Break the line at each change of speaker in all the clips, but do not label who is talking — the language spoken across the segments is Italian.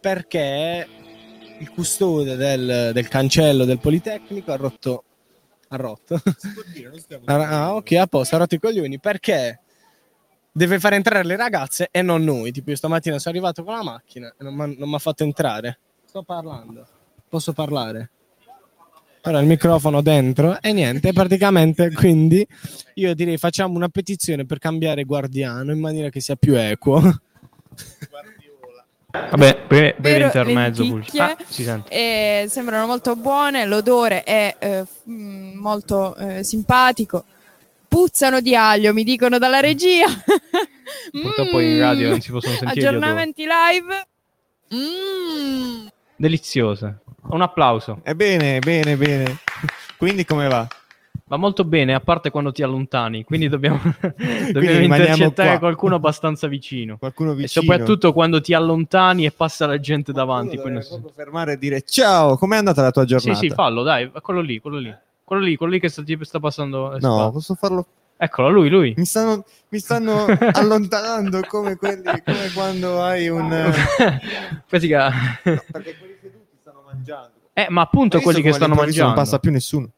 perché il custode del, del cancello del Politecnico ha rotto. Ha rotto.
Eh,
Ah, ah, ok, a posto, ha rotto i coglioni perché deve far entrare le ragazze e non noi. Tipo, io stamattina sono arrivato con la macchina e non mi ha fatto entrare. Sto parlando, posso parlare? Ora il microfono dentro e niente, praticamente quindi io direi facciamo una petizione per cambiare guardiano in maniera che sia più equo.
Vabbè, breve, breve
Vero,
intermezzo.
lenticchie.
Fulvio. Ah, si sente.
e sembrano molto buone, l'odore è eh, f- mh, molto eh, simpatico. Puzzano di aglio, mi dicono dalla regia.
Mm. Purtroppo in radio non si possono sentire gli odori.
Aggiornamenti live. Mm.
Deliziosa. Un applauso.
Eh, bene, bene, bene. Quindi come va?
Va molto bene, a parte quando ti allontani, quindi dobbiamo, dobbiamo
rimaniamo
intercettare
qua.
qualcuno abbastanza vicino.
Qualcuno
E
vicino?
soprattutto quando ti allontani e passa la gente davanti.
Qualcuno
poi non
dovrebbe
si sente.
proprio fermare e dire ciao, com'è andata la tua
Sì,
giornata?
sì, fallo, dai, quello lì, quello lì. Quello lì, quello lì che sta, tipo, sta passando. eh,
No,
sta-
posso farlo.
Eccolo, lui, lui.
Mi stanno, mi stanno allontanando come, quelli, come quando hai un... eh,
Questi che-
no, perché quelli seduti stanno mangiando.
Eh, ma appunto
Hai visto
quelli che
come
stanno
all'improvviso
mangiando.
Non passa più nessuno.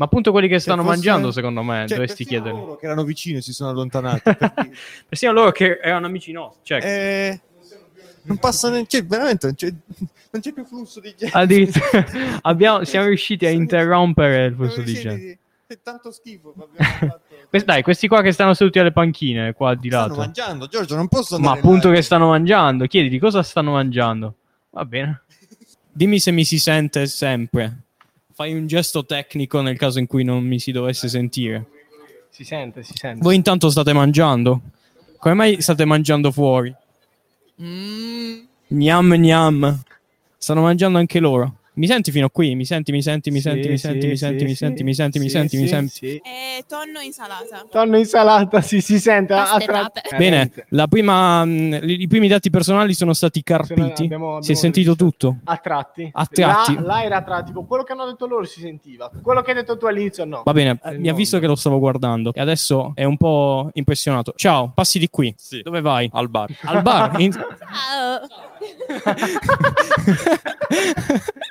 Ma appunto quelli che stanno
fosse-
mangiando, secondo me,
Cioè,
dovresti
persino
chiedere.
loro che erano vicini si sono allontanati. per dire.
Persino loro che erano amici nostri. Cioè,
Eh, non passa neanche... cioè, veramente non c'è, non c'è più flusso di gente.
addirittura- Ah, abbiamo- siamo riusciti a
Sono-
interrompere il flusso
sono
di
riusciti
gente.
È tanto schifo. abbiamo fatto-
Quest- dai, questi qua che stanno seduti alle panchine, qua di
Stanno
lato.
mangiando, Giorgio, non posso
Ma
andare
appunto
là.
che stanno mangiando. Chiediti cosa stanno mangiando. Va bene.
Dimmi se mi si sente sempre. Fai un gesto tecnico nel caso in cui non mi si dovesse sentire.
Si sente, si sente.
Voi intanto state mangiando. Come mai state mangiando fuori?
Mm.
Gnam gnam. Stanno mangiando anche loro. Mi senti fino a qui? Mi senti, mi senti, mi senti, mi senti, mi senti, mi senti, mi senti, mi senti, mi senti.
E tonno insalata.
Tonno insalata, sì, si sente.
a- a tra- Pastellate.
Bene, la prima, mh, i primi dati personali sono stati carpiti. Si è sentito tutto.
A tratti.
A tratti.
Là, là era a tratti. tipo, Quello che hanno detto loro si sentiva. Quello che hai detto tu all'inizio no.
Va bene,
Eh,
mi ha
no,
visto
no.
che lo stavo guardando e adesso è un po' impressionato. Ciao, passi di qui. Dove vai? Al bar. Al bar? In-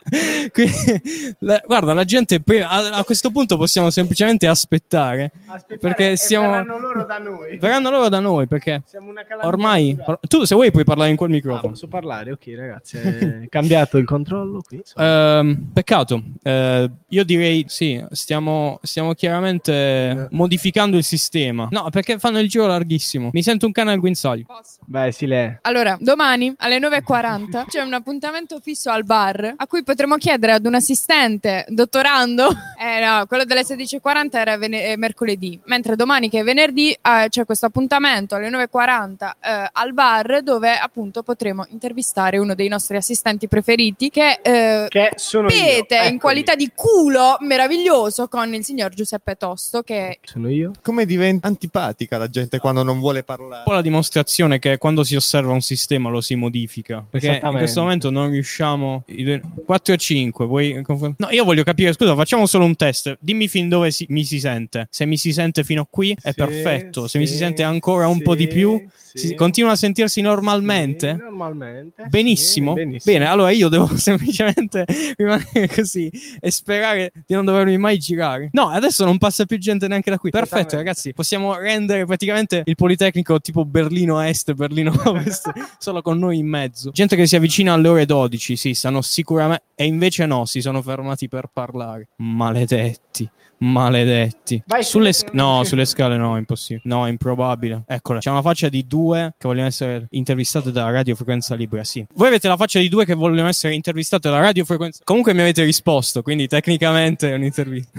Quindi, la- guarda, la gente pre- a, a questo punto possiamo semplicemente aspettare.
Aspettare
Perché
e
siamo-
verranno loro da noi.
Verranno loro da noi perché
Siamo una calamita
ormai...
naturale.
Tu se vuoi puoi parlare in quel
Ah,
microfono.
posso parlare? Ok, ragazzi. È cambiato il controllo qui. insomma.
Ehm, peccato, Eh, io direi sì, stiamo, stiamo chiaramente modificando il sistema. No, perché fanno il giro larghissimo. Mi sento un cane al guinzaglio.
Beh, si le.
Allora, domani alle 9.40 c'è un appuntamento fisso al bar a cui potremo chiedere ad un assistente dottorando. Eh no, quello delle 16.40 era vene- eh, mercoledì, mentre domani che è venerdì eh, c'è questo appuntamento alle 9.40 eh, al bar dove appunto potremo intervistare uno dei nostri assistenti preferiti che... eh,
Che sono
Pete
io.
in qualità di culo meraviglioso con il signor Giuseppe Tosto che
Eh, Sono io.
Come diventa antipatica la gente quando non vuole
un po'
parlare?
la dimostrazione che quando si osserva un sistema lo si modifica. Perché in
Esattamente.
questo momento non riusciamo. i due- 4 e 5. Vuoi... confon- No, io voglio capire. Scusa, facciamo solo un test. Dimmi fin dove si- mi si sente. Se mi si sente fino a qui è
Sì,
perfetto. Se mi si
sì,
sente ancora un po' di
sì,
più,
sì.
si- continua a sentirsi normalmente.
Sì, normalmente.
Benissimo.
Sì,
Bene, allora io devo semplicemente rimanere così e sperare di non dovermi mai girare. No, adesso non passa più gente neanche da qui. Perfetto,
Esattamente.
ragazzi. Possiamo rendere praticamente il Politecnico tipo Berlino Est, Berlino Ovest, solo con noi in mezzo. Gente che si avvicina alle ore 12, sì, stanno sicuramente... E invece no, si sono fermati per parlare. Maledetti. Maledetti.
Vai, sulle
sulle sc-
scale.
no, sulle scale no, è impossibile. No, è improbabile. Eccola, c'è una faccia di due che vogliono essere intervistate da Radio Frequenza Libera, sì. Voi avete la faccia di due che vogliono essere intervistate da Radio Frequenza... Comunque mi avete risposto, quindi tecnicamente è un'intervista.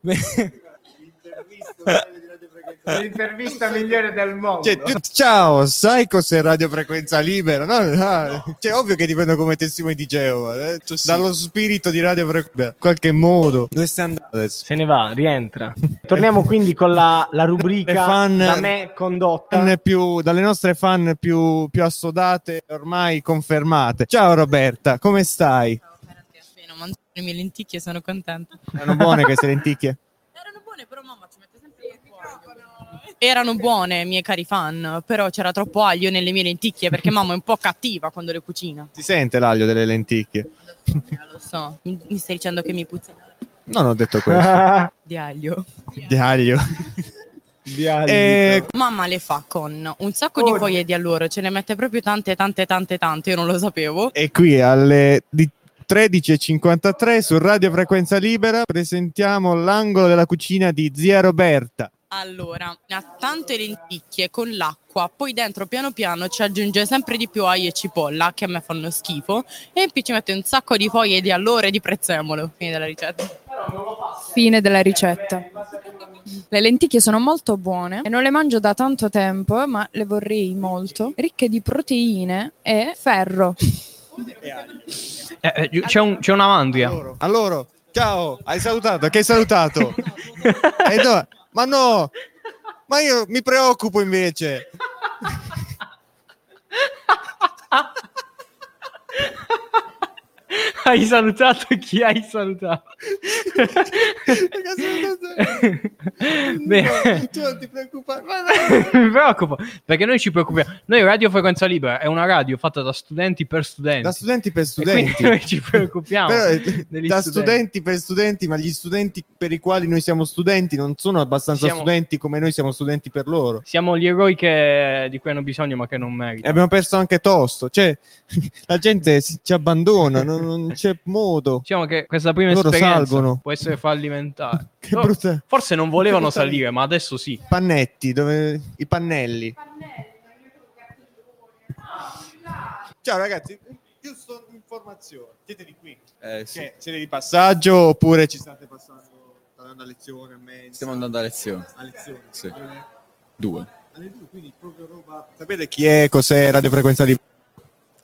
Beh,
L'intervista migliore del mondo.
Cioè, tu- ciao, sai cos'è radiofrequenza libera? No, no. Cioè, ovvio che ti prendo come testimone di Geova, eh. dallo spirito di radiofrequenza, in qualche modo. Dove stai andando adesso?
Se ne va, rientra. Torniamo quindi con la, la
Le
rubrica
fan-
da me condotta.
Fan più- dalle nostre fan più, più assodate, ormai confermate. Ciao Roberta, come stai?
Appena mangio le mie lenticchie sono contenta.
Erano buone queste lenticchie?
Erano buone, però mamma ci mette sempre il cuoio. erano buone, miei cari fan, però c'era troppo aglio nelle mie lenticchie perché mamma è un po' cattiva quando le cucina.
Si sente l'aglio delle lenticchie?
Lo so, mi, mi stai dicendo che mi puzza
Non ho detto questo.
di aglio.
Di aglio.
E...
E-
Mamma le fa con un sacco di foglie di alloro, ce ne mette proprio tante, tante, tante, tante, io non lo sapevo.
E qui alle di- 13.53 su Radio Frequenza Libera presentiamo l'angolo della cucina di zia Roberta.
Allora, ha tante lenticchie con l'acqua, poi dentro piano piano ci aggiunge sempre di più aglio e cipolla, che a me fanno schifo, e in più ci mette un sacco di foglie di alloro e di prezzemolo, fine della ricetta.
Fine della ricetta. Le lenticchie sono molto buone e non le mangio da tanto tempo, ma le vorrei molto. Ricche di proteine e ferro.
Eh, eh, c'è, un- c'è una mandria.
Allora, allora, ciao, hai salutato, che hai salutato? E no, ma no, ma io mi preoccupo invece.
hai salutato chi hai salutato? Beh,
Tu non ti preoccupare. ma
mi preoccupo perché noi ci preoccupiamo. Noi Radio Frequenza Libera è una radio fatta da studenti per studenti.
Da studenti per
E quindi
studenti.
noi ci preoccupiamo
Però, eh,
degli
da studenti.
studenti.
per studenti, ma gli studenti per i quali noi siamo studenti non sono abbastanza
Siamo-
studenti come noi siamo studenti per loro.
Siamo gli eroi che- di cui hanno bisogno, ma che non
E
meritano.
abbiamo perso anche Tosto, cioè la gente si- ci abbandona, non, non c'è modo.
Diciamo che questa prima
Loro
esperienza
salgono.
può essere fallimentare.
Che
No,
brutta.
Forse non volevano
Che brutta-
salire, ma adesso sì.
Pannetti, dove... i pannelli. Ciao ragazzi, io sono informazione, siete di qui.
Eh,
Che Eh, siete di passaggio oppure ci state passando, state andando a lezione, a mezzo?
Stiamo andando a lezione.
a lezione.
Sì.
Eh,
Due.
alle due, quindi proprio roba. Sapete chi è, cos'è Radio Frequenza Libera?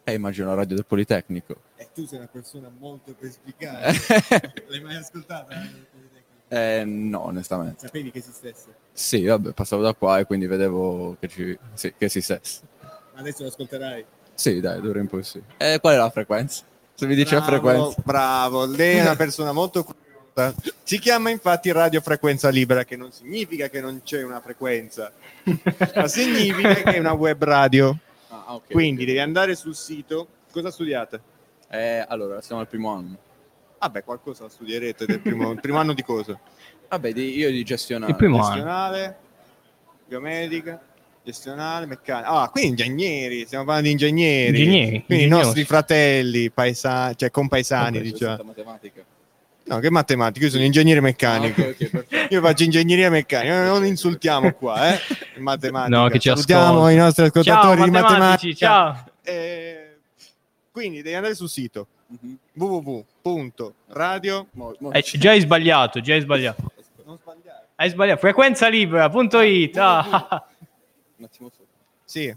Eh, immagino la radio del Politecnico.
E Eh, tu sei una persona molto perspicace. L'hai mai ascoltata? la Radio Politecnica?
Eh, no, onestamente.
Sapevi che esistesse?
Sì, vabbè, passavo da qua e quindi vedevo che ci... Sì, che esistesse.
Adesso lo ascolterai.
Sì, dai, d'ora in poi sì. Eh, qual è la frequenza? Se mi dice la frequenza.
Bravo, lei è una persona molto curiosa. Si chiama infatti radio frequenza libera, che non significa che non c'è una frequenza, ma significa che è una web radio.
Ah, ok.
Quindi devi andare sul sito. Cosa studiate?
Eh, allora, siamo al primo anno.
Vabbè, qualcosa la studierete del primo, il primo anno di cosa?
Vabbè, di- io di gestionare.
Il primo anno.
Gestionale, biomedica, gestionale, meccanica. Ah, quindi ingegneri, stiamo parlando di ingegneri. Quindi
Ingegneri.
i
ingegnosi.
nostri fratelli, paesani, cioè compaesani,
Vabbè,
diciamo.
questa matematica.
No, che matematica, io sono ingegnere meccanico.
Ah, ok, ok, perfetto.
Io faccio ingegneria meccanica, non insultiamo qua, eh? in Matematica.
No, che ci
Salutiamo
ascolta.
i nostri
Ciao,
ascoltatori di
matematici,
matematica.
ciao.
Eh, quindi devi andare sul sito
Mhm.
www.radio
Mo- mo-
Eh, già hai sbagliato, già hai sbagliato.
non sbagliare.
Hai sbagliato. Frequenzalibera.it. Ah.
Un attimo solo.
Sì,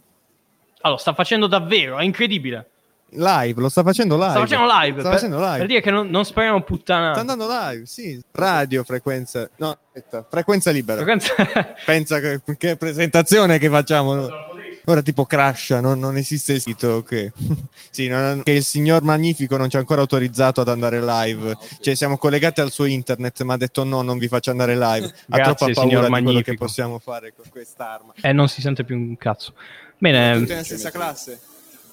Allora, sta facendo davvero, è incredibile.
live, lo sta facendo live.
Sta facendo live.
Sta
per,
facendo live.
per dire che non, non spariamo
Sta
puttanate.
andando live, sì. Radio frequenza No, aspetta, frequenza libera.
Frequenza-
Pensa che, che presentazione che facciamo. noi. Ora tipo crasha, non, non esiste il sito. ok. Sì, non- che il signor Magnifico non ci ha ancora autorizzato ad andare
Ah,
live. Cioè siamo collegati al suo internet, ma ha detto no, non vi faccio andare live. Ha
Grazie,
troppa
signor
paura di quello che
Magnifico.
possiamo fare con quest'arma.
Eh, non si sente più un cazzo. Bene,
nella stessa classe?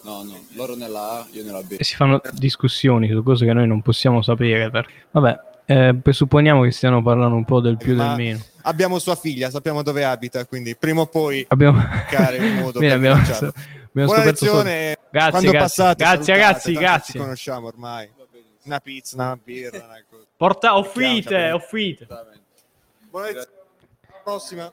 No, no, loro nella A, io nella B.
si fanno discussioni su cose che noi non possiamo sapere. per- Vabbè, eh, presupponiamo che stiano parlando un po' del più e
Ma-
del meno.
Abbiamo sua figlia, sappiamo dove abita, quindi prima o poi
Abbiamo,
cercare un modo
Bene,
per
abbiamo,
abbiamo...
abbiamo
Buona
scoperto solo-
lezione.
Grazie,
Quando
grazie.
passate,
grazie,
salutate, tanto
ragazzi,
Ci
grazie.
conosciamo ormai. Una pizza, una birra, una cosa.
Porta,
Ciao,
offrite,
ciao.
offrite.
Buona lezione. Prossima.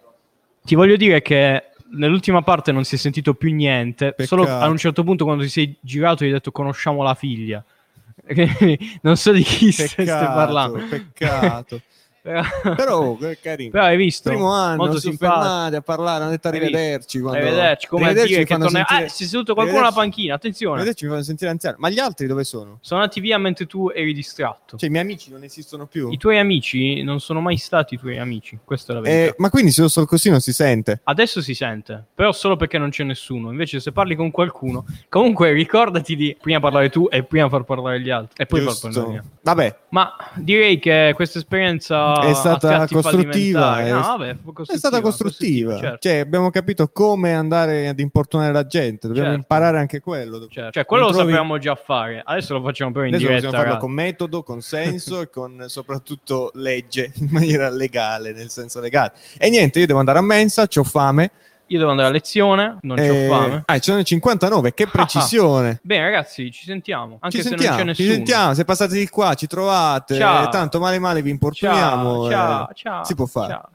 Ti voglio dire che nell'ultima parte non si è sentito più niente.
Peccato.
Solo a un certo punto, quando ti sei girato, hai detto conosciamo la figlia. Quindi non so di chi stai
Peccato,
parlando.
peccato.
però,
Però, oh, che Ah, carino.
però hai visto?
Primo anno,
molto
non si sono
simpatico.
fermati a parlare, hanno detto
Hai visto?
arrivederci. Quando...
Arrivederci, come a
Arrivederci
dire
mi
che
fanno
torna...
sentire-
Ah, si è seduto qualcuno alla
Arrivederci-
panchina, attenzione.
Arrivederci mi fanno sentire anziano. Ma gli altri dove sono?
Sono andati via mentre tu eri distratto.
Cioè, i miei amici non esistono più.
I tuoi amici non sono mai stati i tuoi amici, questa è la verità.
Eh, ma quindi se io sono così non si sente.
Adesso si sente, però solo perché non c'è nessuno. Invece, se parli con qualcuno, comunque ricordati di prima parlare tu e prima far parlare gli altri. E poi far
Giusto.
parlare gli altri.
Vabbè,
Ma direi che questa esperienza
È stata
a tratti
costruttiva,
fallimentare- no,
è-
vabbè, fu
È stata costruttiva.
certo.
Cioè, abbiamo capito come andare ad importunare la gente. Dobbiamo
Certo.
imparare anche quello.
Certo. Cioè, quello lo
Non trovi-
sapevamo già fare, adesso lo facciamo però in
Adesso
diretta.
possiamo farlo
raga.
con metodo, con senso e con soprattutto legge in maniera legale, nel senso legale. E niente, io devo andare a mensa, ho fame.
Io devo andare a lezione, non
Eh,
ho fame.
Ah, ci sono i 59, che precisione.
Bene, ragazzi, ci sentiamo. Anche
ci
se
sentiamo,
non c'è
ci
nessuno.
sentiamo, se passate di qua ci trovate,
Ciao.
eh, tanto male male vi importuniamo. eh,
Ciao, ciao, ciao.
si può fare.
Ciao.